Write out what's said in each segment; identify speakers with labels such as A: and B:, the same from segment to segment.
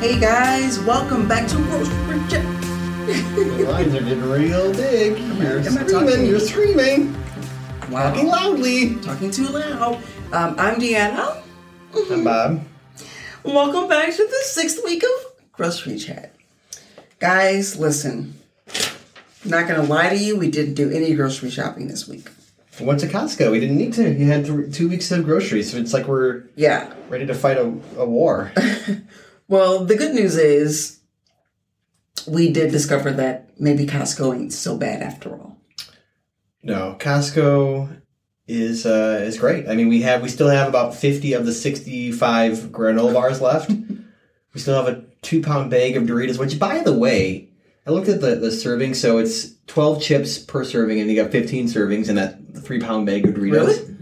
A: Hey guys, welcome back to Roast Reject.
B: The lines are getting real big. You're
A: am I
B: screaming.
A: talking?
B: You're screaming. Talking
A: Wow,
B: loudly.
A: talking too loud. Um, I'm Deanna.
B: I'm Bob.
A: Welcome back to the sixth week of Grocery Chat. Guys, listen. Not gonna lie to you, we didn't do any grocery shopping this week.
B: Went to Costco. We didn't need to. You had th- two weeks of groceries, so it's like we're
A: Yeah.
B: ready to fight a, a war.
A: Well, the good news is we did discover that maybe Costco ain't so bad after all.
B: no, Costco is uh, is great. I mean, we have we still have about fifty of the sixty-five granola bars left. we still have a two-pound bag of Doritos, which, by the way. I looked at the, the serving, so it's 12 chips per serving, and you got 15 servings in that three pound bag of Doritos.
A: Really?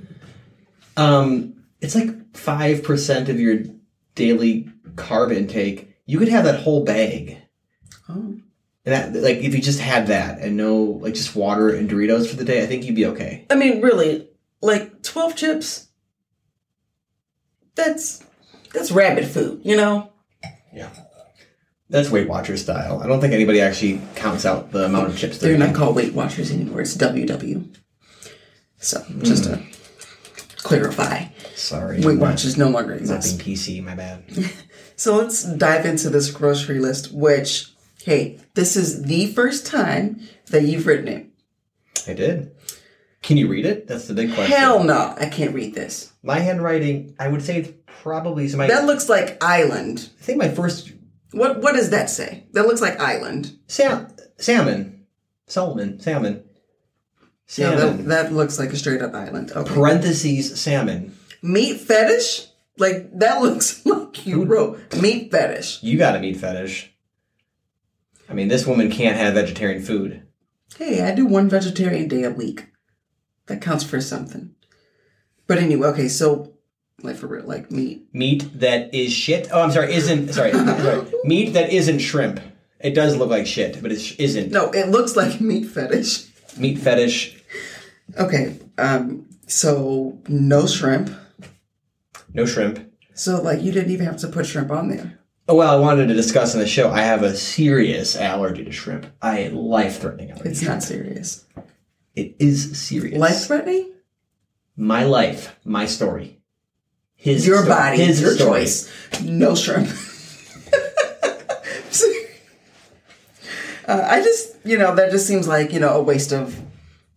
B: Um, it's like five percent of your daily carb intake. You could have that whole bag,
A: Oh.
B: and that, like if you just had that and no like just water and Doritos for the day, I think you'd be okay.
A: I mean, really, like twelve chips. That's that's rabbit food, you know.
B: That's Weight Watchers style. I don't think anybody actually counts out the amount of chips
A: They're
B: they're
A: not called Weight Watchers anymore. It's WW. So just to clarify,
B: Sorry,
A: Weight Watchers no longer
B: Not being
A: exists.
B: PC, my bad.
A: So let's dive into this grocery list. Which, hey, this is the first time that you've written it.
B: I did. Can you read it? That's the big question.
A: Hell no, I can't read this.
B: My handwriting, I would say it's probably. So my,
A: That looks like island.
B: I think my first
A: What what does that say? That looks like island.
B: Sam, salmon, salmon, salmon,
A: No,
B: salmon.
A: that, that looks like a straight up island. Okay.
B: parentheses salmon.
A: meat fetish? Like that looks like you wrote meat fetish.
B: You got a meat fetish. I mean, this woman can't have vegetarian food.
A: Hey, I do one vegetarian day a week. That counts for something. But anyway, okay, so like for real, like meat.
B: Meat that is shit. Oh, I'm sorry. Isn't sorry. sorry. Meat that isn't shrimp. It does look like shit, but it isn't.
A: No, it looks like meat fetish.
B: Meat fetish.
A: Okay, um, so no shrimp.
B: No shrimp.
A: So like you didn't even have to put shrimp on there.
B: Oh well, I wanted to discuss on the show. I have a serious allergy to shrimp. I life-threatening allergy.
A: It's not serious.
B: It is serious.
A: Life threatening?
B: My life. My story. His
A: Your
B: story.
A: body,
B: His
A: your
B: story.
A: choice. No shrimp. uh, I just, you know, that just seems like you know a waste of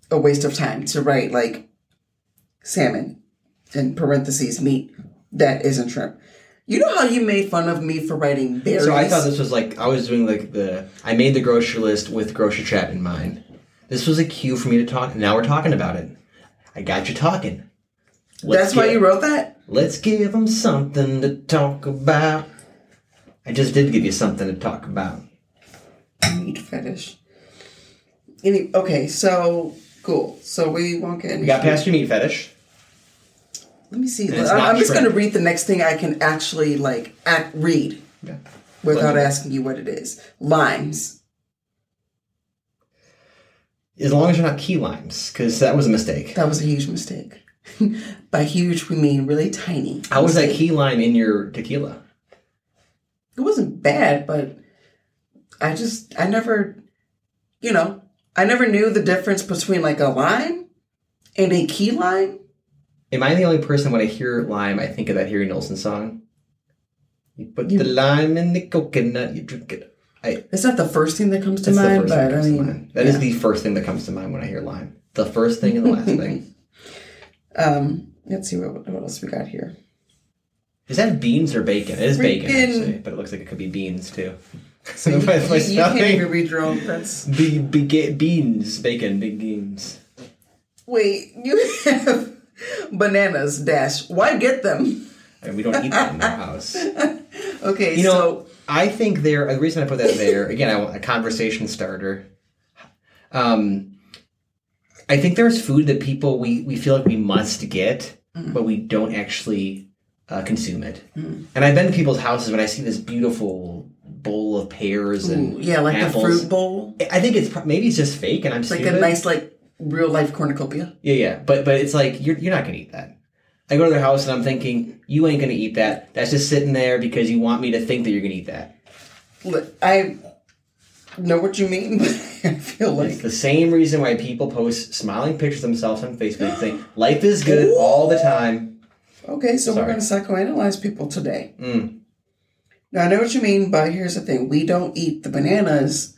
A: a waste of time to write like salmon in parentheses meat that isn't shrimp. You know how you made fun of me for writing berries?
B: So I thought this was like I was doing like the I made the grocery list with grocery chat in mind. This was a cue for me to talk. Now we're talking about it. I got you talking.
A: that's why
B: give-
A: you wrote that.
B: Let's give them something to talk about. I just did give you something to talk about.
A: Meat fetish. Any, okay, so cool. So we won't get. Any
B: We got past your meat fetish.
A: Let me see.
B: it's
A: I-
B: not
A: I'm just
B: shrimp.
A: going to read the next thing I can actually like act, read
B: Yeah.
A: without
B: Like-
A: asking you what it is. Limes.
B: As long as you're not key limes, because that was a mistake.
A: That was a huge mistake. By huge, we mean really tiny.
B: How was that key lime in your tequila?
A: It wasn't bad, but I just I never, you know, I never knew the difference between like a lime and a key lime.
B: Am I the only person when I hear lime, I think of that Harry Nilsson song? You put
A: You-
B: the lime in the coconut, you drink it
A: It's not the first thing that comes to
B: That's the
A: mind,
B: first thing
A: but
B: that
A: I
B: comes to
A: mean,
B: mind. That is
A: yeah.
B: the first thing that comes to mind when I hear lime. The first thing and the last thing.
A: Um, let's see what, what else we got here.
B: Is that beans or bacon? It is bacon,
A: Freaking-
B: actually, but it looks like it could be beans too.
A: You,
B: By my
A: you- you can't
B: spelling.
A: even read your own. That's
B: Be, be, ge- beans, bacon, big beans.
A: wait. You have bananas. Dash. Why get them?
B: And we don't eat that in our house.
A: Okay.
B: You
A: so,
B: know, I think there. The reason I put that there again, I want a conversation starter. Um, I think there's food that people we we feel like we must get,
A: Mm.
B: but we don't actually uh, consume it. And I've been to people's houses when I see this beautiful bowl of pears and
A: Ooh, yeah, like
B: apples.
A: the fruit bowl.
B: I think it's pro- maybe it's just fake, and I'm
A: It's like
B: stupid.
A: a nice, like real life cornucopia.
B: yeah, yeah, but but it's like you're you're not gonna eat that. I go to their house and I'm thinking, you ain't gonna eat that. That's just sitting there because you want me to think that you're gonna eat that.
A: Look, I know what you mean, but I feel
B: It's
A: like
B: the same reason why people post smiling pictures of themselves on Facebook saying, life is good all the time.
A: okay, so
B: Sorry.
A: we're going to psychoanalyze people today.
B: Mm.
A: Now I know what you mean, but here's the thing: we don't eat the bananas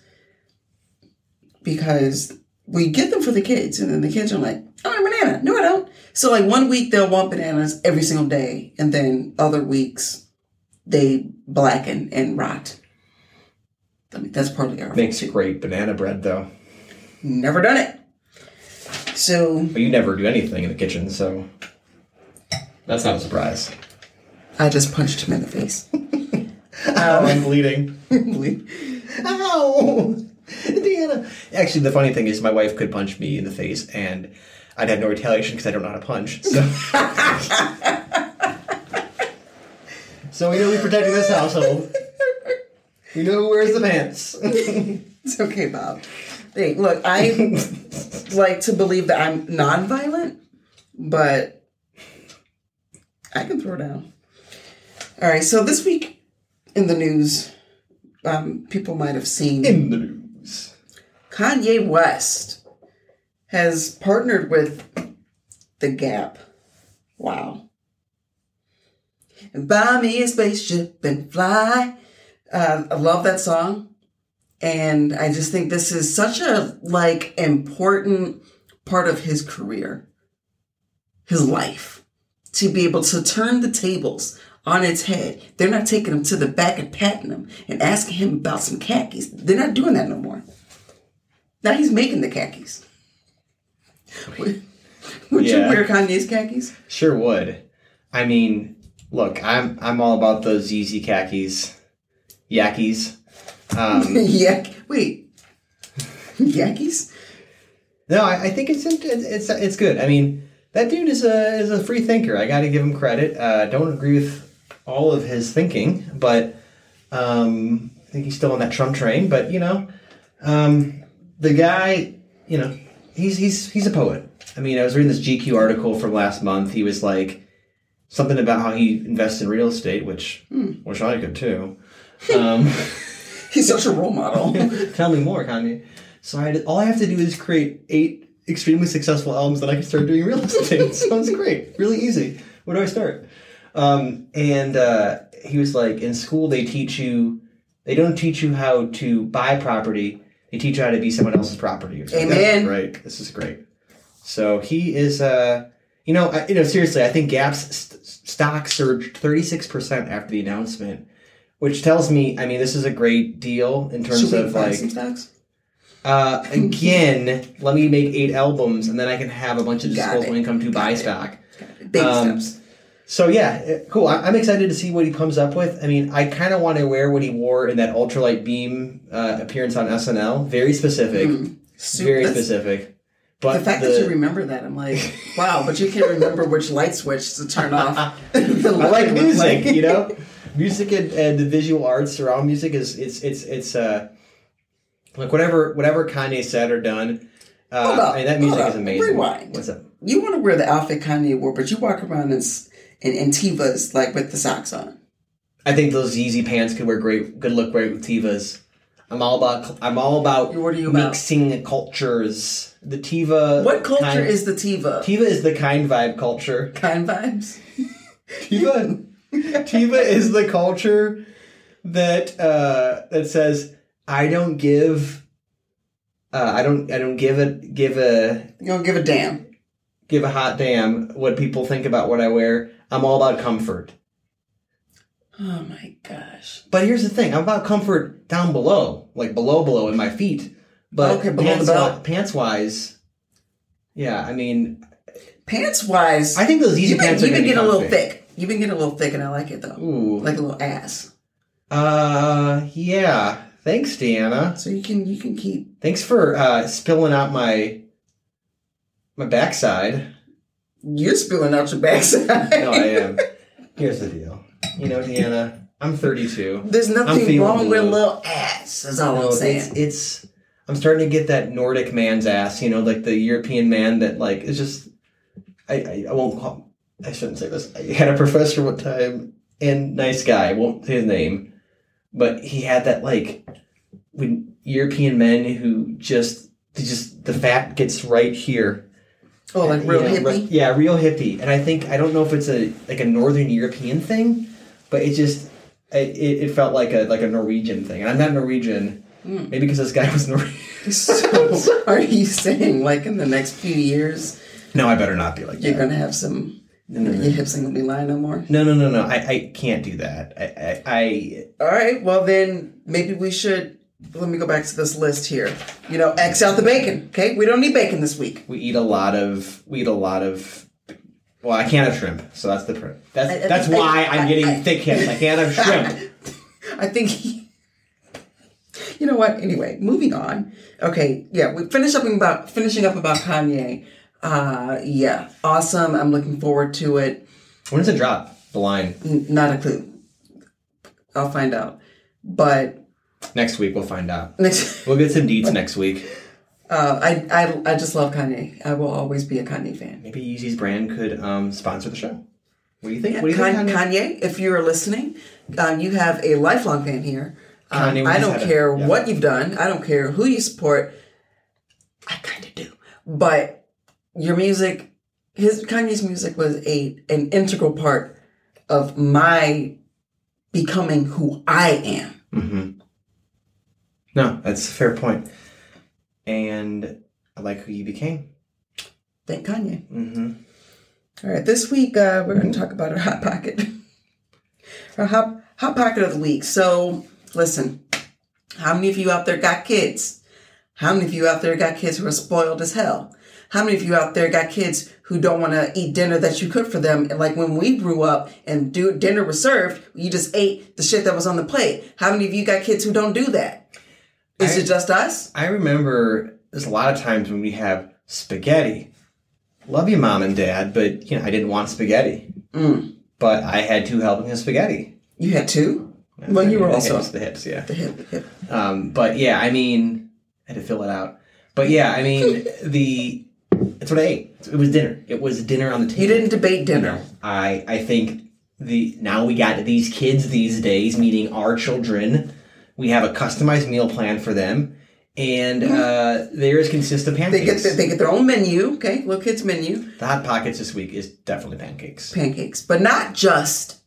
A: because we get them for the kids, and then the kids are like, "I want a banana." No, I don't. So like one week they'll want bananas every single day, and then other weeks they blacken and rot. I mean, that's part of the
B: Makes great banana bread though.
A: Never done it. So
B: But you never do anything in the kitchen, so that's not a surprise.
A: I just punched him in the face.
B: Oh, I'm bleeding.
A: That's
B: Ow! Indiana. Actually, the funny thing is, my wife could punch me in the face, and I'd have no retaliation because I don't know how to punch. So, so we know we protected this household. We know who wears the pants.
A: It's okay, Bob. Hey, look, I like to believe that I'm nonviolent, but I can throw down. All right, so this week in the news, um, people might have seen
B: in the news.
A: Kanye West has partnered with The Gap. Wow. And buy me a spaceship and fly. Uh, I love that song. And I just think this is such a like important part of his career, his life, to be able to turn the tables on its head. They're not taking him to the back and patting him and asking him about some khakis. They're not doing that no more. Now he's making the khakis. Would, would
B: Yeah.
A: you wear Kanye's khakis?
B: Sure would. I mean, look, I'm I'm all about those ZZ khakis, yakis. Um,
A: Yak. Wait. Yakis?
B: No, I, I think it's int- it's it's good. I mean, that dude is a is a free thinker. I got to give him credit. Uh, don't agree with all of his thinking, but um, I think he's still on that Trump train. But you know, um, the guy, you know, he's he's he's a poet. I mean, I was reading this GQ article from last month. He was like something about how he invests in real estate, which which I could too. Um,
A: He's such a role model.
B: Tell me more, Kanye. So I, all I have to do is create eight extremely successful albums that I can start doing real estate. Sounds great. Really easy. Where do I start? Um, and uh, he was like, in school they teach you, they don't teach you how to buy property. They teach you how to be someone else's property. Or something.
A: Amen.
B: Right. This is great. So he is, uh, you know, I, you know, seriously, I think Gap's st- stock surged thirty six percent after the announcement, which tells me, I mean, this is a great deal in terms
A: Should we
B: of
A: buy
B: like
A: some stocks?
B: uh, again, let me make eight albums, and then I can have a bunch of
A: Got
B: disposable
A: it.
B: income to buy stock.
A: Baby
B: Um,
A: steps.
B: So yeah, eh, cool. I- I'm excited to see what he comes up with. I mean, I kind of want to wear what he wore in that ultralight beam uh, appearance on SNL. Very specific.
A: Soup-
B: Very
A: Hmm. that's-
B: specific. But
A: The fact that you remember that, I'm like, wow, but you can't remember which light switch to turn off.
B: I like music, you know. music and, and the visual arts around music is it's it's it's uh like whatever whatever Kanye said or done. Uh,
A: Hold up,
B: and that music
A: hold
B: is
A: up,
B: amazing.
A: rewind.
B: What's up?
A: You want to wear the outfit Kanye wore, but you walk around in, s- in, in Tivas, like with the socks on.
B: I think those Yeezy pants could wear great, could look great with Tivas. I'm all about. I'm all about
A: What are you about?
B: mixing cultures. The Tiva.
A: What culture
B: Uh, kind-
A: is the Tiva?
B: Tiva? Is the kind vibe culture.
A: Kind vibes?
B: Tiva. Tiva is the culture that uh, that says I don't give. Uh, I don't. I don't give a give a
A: You don't give a damn.
B: give a hot damn what people think about what I wear. I'm all about comfort.
A: Oh my gosh.
B: But here's the thing: I'm about comfort down below, like below below in my feet. But
A: Okay, below
B: pants,
A: the belt.
B: wi- pants wise, yeah. I mean,
A: Pants wise,
B: I think those easy
A: you've been,
B: pants are
A: you've been
B: gonna be
A: getting a little
B: comfy.
A: thick. You've been getting a little thick, and I like it though.
B: Ooh,
A: Like a little ass.
B: uh, yeah. Thanks, Deanna.
A: So you can you can keep
B: Thanks for uh, spilling out my my backside.
A: you're spilling out your backside.
B: No, I am. here's the deal. You know, Deanna, I'm 32.
A: There's nothing
B: feeling
A: wrong with
B: blue.
A: little ass. Is all
B: No,
A: I'm
B: it's,
A: saying.
B: it's I'm starting to get that Nordic man's ass, you know, like the European man that like is just I I, I won't call I shouldn't say this. I had a professor one time, and nice guy, won't say his name, but he had that like when European men who just they just the fat gets right here.
A: Oh, like real
B: yeah,
A: hippie.
B: re- yeah, real hippie. And I think I don't know if it's a like a northern European thing, but it just it, it, it felt like a like a Norwegian thing. And I'm not Norwegian.
A: Mm.
B: Maybe because this guy was Norwegian.
A: So, are you saying like in the next few years
B: No, I better not be like
A: you're
B: that.
A: gonna have some
B: No, no, no.
A: your hips ain't gonna be lying no more?
B: No, no, no, no. I, I can't do that. I, I, I
A: All right, well then maybe we should. Let me go back to this list here. You know, X out the bacon. Okay, we don't need bacon this week.
B: we eat a lot of we eat a lot of. Well, I can't have shrimp, so that's the pr- that's
A: I- I-
B: that's
A: I-
B: why I,
A: I-
B: am getting
A: I-
B: thick hips. I can't have shrimp.
A: I think. He, you know what? Anyway, moving on. Okay, yeah, we finish up about finishing up about Kanye. Uh, yeah, awesome. I'm looking forward to it.
B: when does it drop? The line
A: N- not a clue. I'll find out. But
B: next week. We'll find out.
A: next.
B: We'll get some deets next week.
A: Uh, I, I I just love Kanye. I will always be a Kanye fan.
B: Maybe Yeezy's brand could um, sponsor the show. What do you think? What do you
A: Kan-
B: think? Kanye?
A: Kanye, if you are listening, um, you have a lifelong fan here. Um,
B: Kanye
A: I don't
B: West had a-
A: care
B: yeah.
A: what you've done. I don't care who you support. I kind of do, but your music, his Kanye's music was a an integral part of my becoming who I am.
B: hmm No, that's a fair point. And I like who you became.
A: Thank Kanye.
B: Mm-hmm.
A: All right, this week uh, we're going to talk about our hot pocket, our hot hot pocket of the week. So, listen, how many of you out there got kids? How many of you out there got kids who are spoiled as hell? How many of you out there got kids who don't want to eat dinner that you cooked for them? And like when we grew up and do, dinner was served, you just ate the shit that was on the plate. How many of you got kids who don't do that? Is
B: I-
A: it just us?
B: I remember there's a lot of times when we have spaghetti. Love you, mom and dad, but you know I didn't want spaghetti.
A: Mm.
B: But I had two helpings of spaghetti.
A: You had two? Well, you were
B: The
A: also-
B: hips, the hips, yeah.
A: The hip, hip.
B: Um, but yeah, I mean, I had to fill it out. But yeah, I mean, the that's what I ate. It was dinner. It was dinner on the table.
A: You didn't debate dinner.
B: I I think the now we got these kids these days, meaning our children. We have a customized meal plan for them, and uh, theirs consists of
A: Mm-hmm. They
B: pancakes.
A: get, their, they get their own menu, okay? Little kids' menu.
B: the hot pockets this week is definitely pancakes.
A: pancakes, but not just,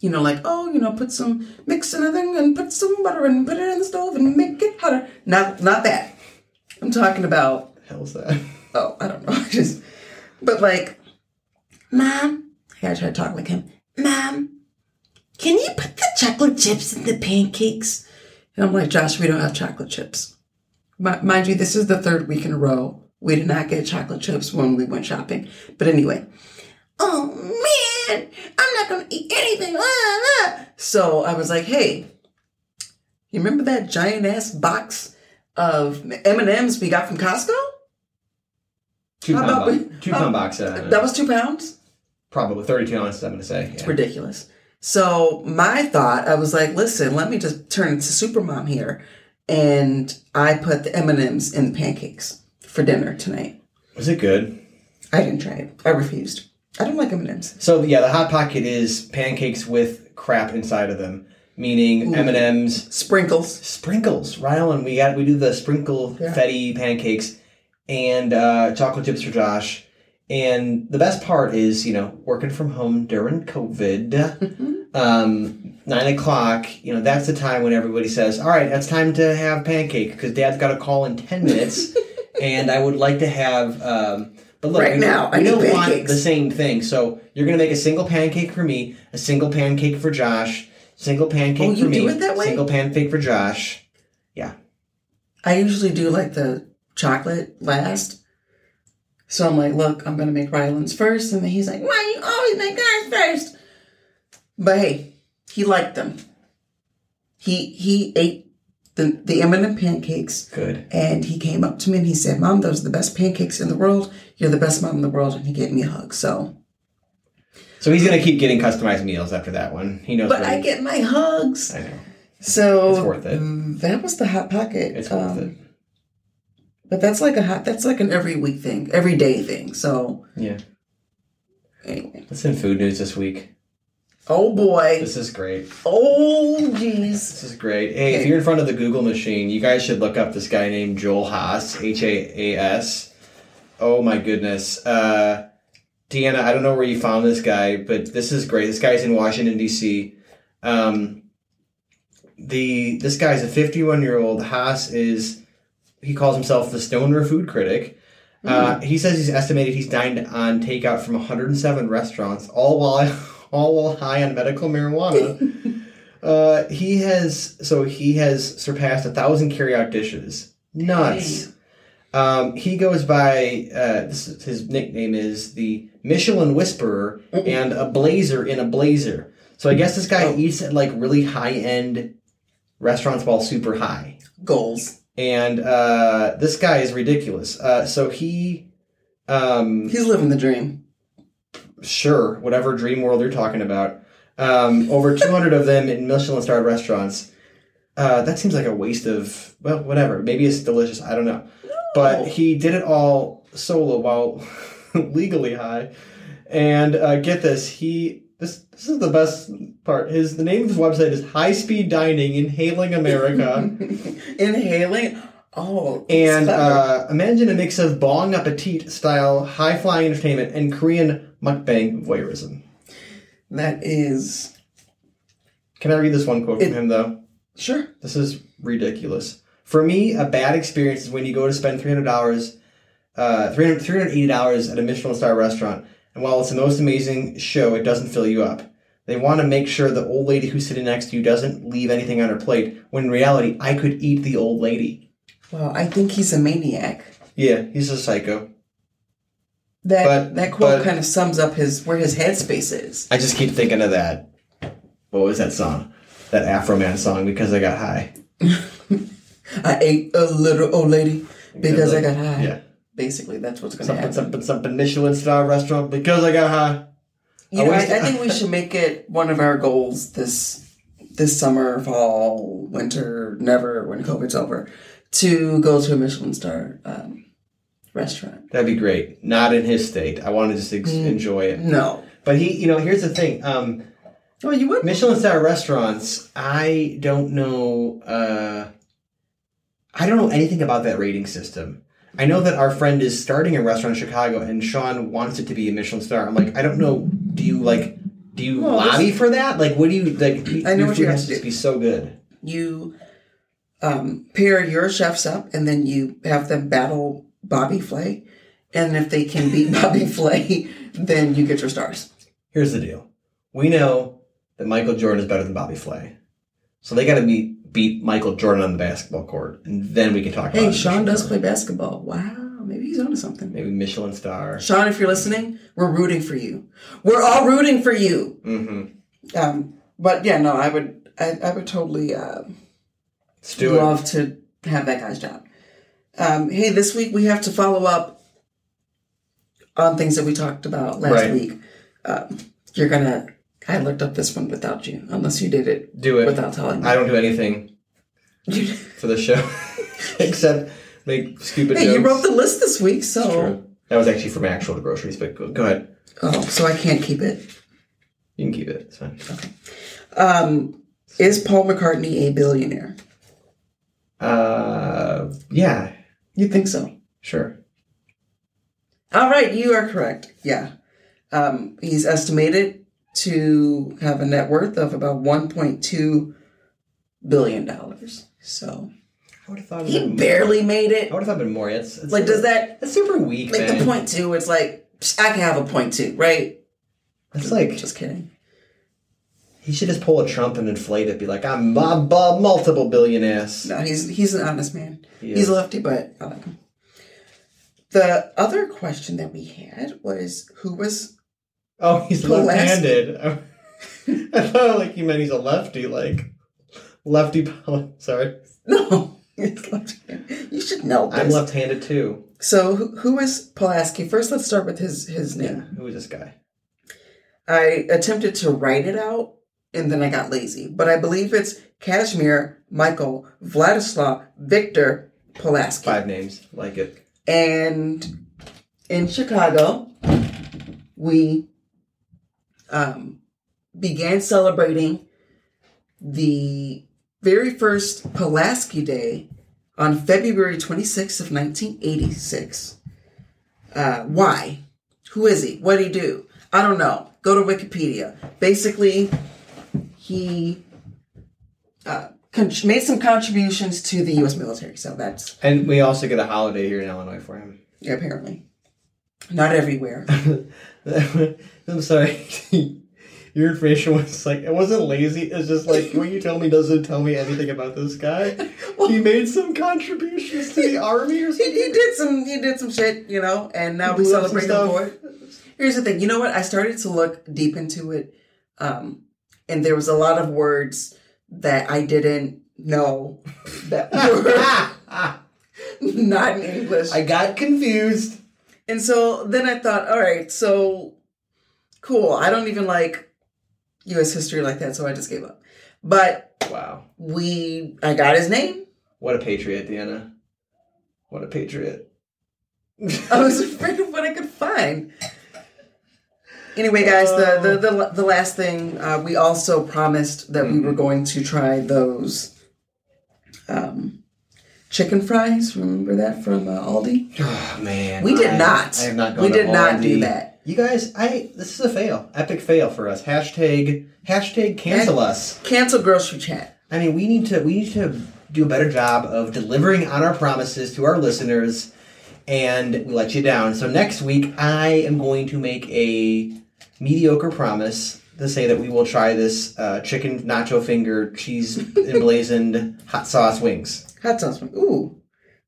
A: you know, like, oh, you know, put some mix in a thing and put some butter and put it in the stove and make it hotter. Not not that. I'm talking about
B: Hell's that?
A: oh, I don't know. I just but like, Mom, I gotta try to talk like him. Mom, can you put the chocolate chips in the pancakes? And I'm like, Josh, we don't have chocolate chips. Mi- Mind you, this is the third week in a row we did not get chocolate chips when we went shopping. But anyway, oh man, I'm not gonna eat anything. Ah, ah. So I was like, hey, you remember that giant ass box of M and M's we got from Costco?
B: Two
A: How
B: pound,
A: about
B: bo-
A: we-
B: two
A: how-
B: pound box. Uh,
A: That was two pounds.
B: probably thirty-two ounces. I'm gonna say.
A: It's
B: Yeah.
A: ridiculous. So my thought, I was like, listen, let me just turn into Supermom here, and I put the M and M's in the pancakes for dinner tonight.
B: Was it good?
A: I didn't try it. I refused. I don't like M and M's.
B: So yeah, the hot pocket is pancakes with crap inside of them, meaning M and M's,
A: Sprinkles.
B: sprinkles, Rylan. We got we do the sprinkle
A: Yeah.
B: fetty pancakes and uh, chocolate chips for Josh. And the best part is, you know, working from home during
A: Mm-hmm.
B: COVID, um, nine o'clock. You know, that's the time when everybody says, "All right, it's time to have pancake," because Dad's got a call in ten minutes, and I would like to have. Um, but look,
A: Right
B: we don't-
A: now, I
B: we
A: need
B: don't want
A: pancakes.
B: the same thing. So you're gonna make a single pancake for me, a single pancake for Josh, single pancake
A: Oh, you
B: for me,
A: do it that way?
B: single pancake for Josh.
A: I usually do like the chocolate last. So I'm like, look, I'm gonna make Ryland's first, and then he's like, why you always make ours first? But hey, he liked them. He he ate the the M&M pancakes,
B: Good.
A: and he came up to me and he said, "Mom, those are the best pancakes in the world. You're the best mom in the world." And he gave me a hug. So,
B: So he's gonna keep getting customized meals after that one. He knows.
A: but
B: what
A: I
B: he-
A: get my hugs.
B: I know.
A: So mm,
B: It's worth it.
A: That was the hot pocket.
B: It's worth
A: Um,
B: it.
A: But that's like a hot. That's like an every week thing, every day thing. So
B: Yeah.
A: Anyway.
B: That's in food news this week.
A: Oh boy.
B: This is great.
A: Oh jeez.
B: This is great. Hey, if you're in front of the Google machine, you guys should look up this guy named Joel Haas, H A A S. Oh my goodness. Uh, Deanna, I don't know where you found this guy, but this is great. This guy's in Washington D.C. Um, the this guy's a 51 year old. Haas is he calls himself the stoner food critic. Uh, he says he's estimated he's dined on takeout from 107 restaurants, all while all while high on medical marijuana. uh, he has so he has surpassed a thousand carryout dishes. Nuts. Um, he goes by uh, this is, his nickname is the Michelin Whisperer and a blazer in a blazer. So I guess this guy
A: Oh.
B: eats at like really high end restaurants while super high
A: Goals.
B: and uh, this guy is ridiculous. Uh, so he, um,
A: He's living the dream.
B: sure, whatever dream world you're talking about, um, over 200 of them in Michelin-starred restaurants. Uh, that seems like a waste of well, whatever. Maybe it's delicious. I don't know, but he did it all solo while legally high. And uh, get this, he this this is the best part. His the name of his website is High Speed Dining Inhaling America.
A: Inhaling. Oh.
B: And
A: stop.
B: uh, imagine a mix of Bong Appetit style high flying entertainment and Korean mukbang voyeurism.
A: that is
B: Can I read this one quote from
A: It-
B: him though?
A: sure.
B: This is ridiculous. For me, a bad experience is when you go to spend three hundred dollars, uh, 300 380 dollars at a Michelin star restaurant, and while it's the most amazing show, it doesn't fill you up. They want to make sure the old lady who's sitting next to you doesn't leave anything on her plate. When in reality, I could eat the old lady.
A: Well, I think he's a maniac.
B: Yeah, he's a psycho.
A: That
B: But-
A: that quote
B: but-
A: kind of sums up his where his headspace is.
B: I just keep thinking of that. What was that song? That Afro Man song because I got high.
A: I ate a little old lady because I got high.
B: Yeah.
A: Basically, that's what's going to
B: Something,
A: happen.
B: something, something Michelin star restaurant because I got high.
A: You know, I,
B: always-
A: I think we should make it one of our goals this this summer, fall, winter, never when COVID's over, to go to a Michelin star um, restaurant.
B: That'd be great. Not in his state. I want to just ex-
A: Mm.
B: enjoy it.
A: No,
B: But he, you know, here's the thing. Um,
A: oh, you would.
B: Michelin star restaurants. I don't know. Uh, I don't know anything about that rating system. I know that our friend is starting a restaurant in Chicago, and Sean wants it to be a Michelin star. I'm like, I don't know. Do you like? Do you
A: Well,
B: lobby for that? Like, what do you like?
A: I know
B: your
A: what you
B: food
A: have
B: has
A: to
B: to
A: do.
B: be so good.
A: You um, pair your chefs up, and then you have them battle Bobby Flay, and if they can beat Bobby Flay, then you get your stars.
B: Here's the deal. We know that Michael Jordan is better than Bobby Flay, so they got to be beat Michael Jordan on the basketball court, and then we can talk.
A: Hey,
B: about it.
A: Sean does play basketball. Wow, maybe he's onto something.
B: Maybe Michelin star.
A: Sean, if you're listening, we're rooting for you. We're all rooting for you.
B: Mm-hmm.
A: Um, but yeah, no, I would, I, I would totally uh,
B: Stewart.
A: love to have that guy's job. Um, hey, this week we have to follow up on things that we talked about last
B: Right.
A: week. Um, you're gonna. I looked up this one without you, unless you did it
B: Do it.
A: without telling me.
B: I don't do anything
A: You-
B: for the show except make stupid
A: hey,
B: jokes.
A: you wrote the list this week, so
B: True. That was actually from actual groceries, but go, go ahead.
A: oh, so I can't keep it.
B: You can keep it. It's fine.
A: Um, is Paul McCartney a billionaire?
B: Uh, yeah,
A: You think so?
B: sure.
A: All right, you are correct. Yeah. Um, he's estimated to have a net worth of about $1.2 billion. So
B: I would have thought
A: he barely made
B: I
A: it.
B: would have thought been more. It's, it's
A: Like, does that
B: That's super weak,
A: make
B: man.
A: the point two? It's like, psh, I can have a point two, right?
B: That's like
A: Just kidding.
B: he should just pull a Trump and inflate it. Be like, I'm a bu- multiple billionaires.
A: No, he's he's an honest man.
B: He
A: He's
B: is.
A: a lefty, but I like him. The other question that we had was who was
B: Oh, he's
A: Pull
B: left-handed. I thought like you meant he's a lefty, like lefty. Sorry,
A: no. It's lefty. You should know this.
B: I'm left-handed too.
A: so who, who is Pulaski? First, let's start with his his name.
B: Yeah, who is this guy?
A: I attempted to write it out and then I got lazy. But I believe it's Kashmir, Michael, Vladislav, Victor, Pulaski.
B: Five names, like it.
A: And in Chicago, we um, began celebrating the very first Pulaski Day on February 26th of 1986. Uh, why? Who is he? What did he do? I don't know. Go to Wikipedia. Basically, he uh, con- made some contributions to the U.S. military. So that's
B: And we also get a holiday here in Illinois for him.
A: yeah, apparently not everywhere.
B: I'm sorry. Your information was like it wasn't lazy. It's just like what you tell me doesn't tell me anything about this guy. he made some contributions to the army or
A: he,
B: something.
A: he did some he did some shit, you know, and now we
B: Blew up some
A: celebrate him
B: stuff.
A: for it. Here's the thing, you know what? I started to look deep into it, um, and there was a lot of words that I didn't know that were not in English.
B: I got confused.
A: And so then I thought, all right, so cool. I don't even like U.S. history like that, so I just gave up. But
B: Wow,
A: we, I got his name.
B: what a patriot, Deanna. What a patriot.
A: I was afraid of what I could find. Anyway, guys, the the the, the last thing uh, we also promised that we were going to try those um, chicken fries. Remember that from uh, Aldi?
B: Oh man,
A: We did
B: I-
A: not.
B: I have not. Gone
A: We
B: to
A: did not do
B: R&D.
A: that.
B: You guys, I this is a fail, epic fail for us. Hashtag hashtag cancel us.
A: Cancel grocery chat.
B: I mean, we need to we need to do a better job of delivering on our promises to our listeners, and we let you down. So next week, I am going to make a mediocre promise to say that we will try this uh, chicken nacho finger cheese emblazoned hot sauce wings
A: Hot sauce. Ooh,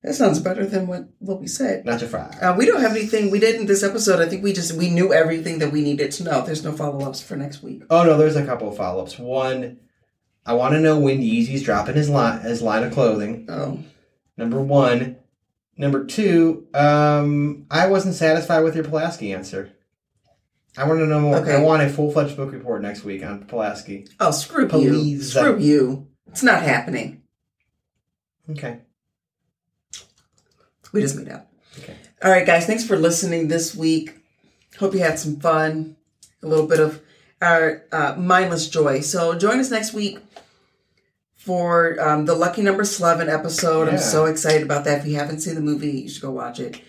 A: that sounds better than what what we said.
B: nacho fry.
A: Uh, we don't have anything. We didn't this episode. I think we just we knew everything that we needed to know. There's no follow ups for next week.
B: Oh no, there's a couple of follow ups. One, I want to know when Yeezy's dropping his line his line of clothing.
A: Oh,
B: Number one. Number two, um, I wasn't satisfied with your Pulaski answer. I want to know more.
A: Okay.
B: I want a full fledged book report next week on Pulaski.
A: oh, screw you,
B: Please.
A: screw you. It's not happening.
B: Okay.
A: We just made up.
B: Okay.
A: All right, guys. Thanks for listening this week. Hope you had some fun. A little bit of our uh, mindless joy. So join us next week for um, the Lucky Number Eleven episode.
B: Yeah.
A: I'm so excited about that. If you haven't seen the movie, you should go watch it.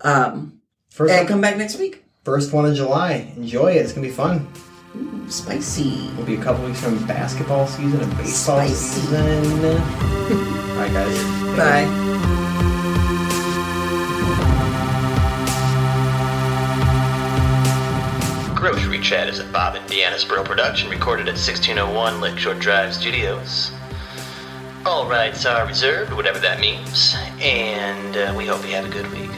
A: Um,
B: First,
A: and come back next week.
B: first one in July. Enjoy it. It's going to be fun.
A: Ooh, spicy.
B: We'll be a couple weeks from basketball season and baseball
A: Spicy.
B: season. All right, guys. Thank you.
A: Bye.
C: Grocery Chat is a Bob and Deanna Sproul production recorded at 1601 Lakeshore Drive Studios. All rights are reserved, whatever that means, and uh, we hope you have a good week.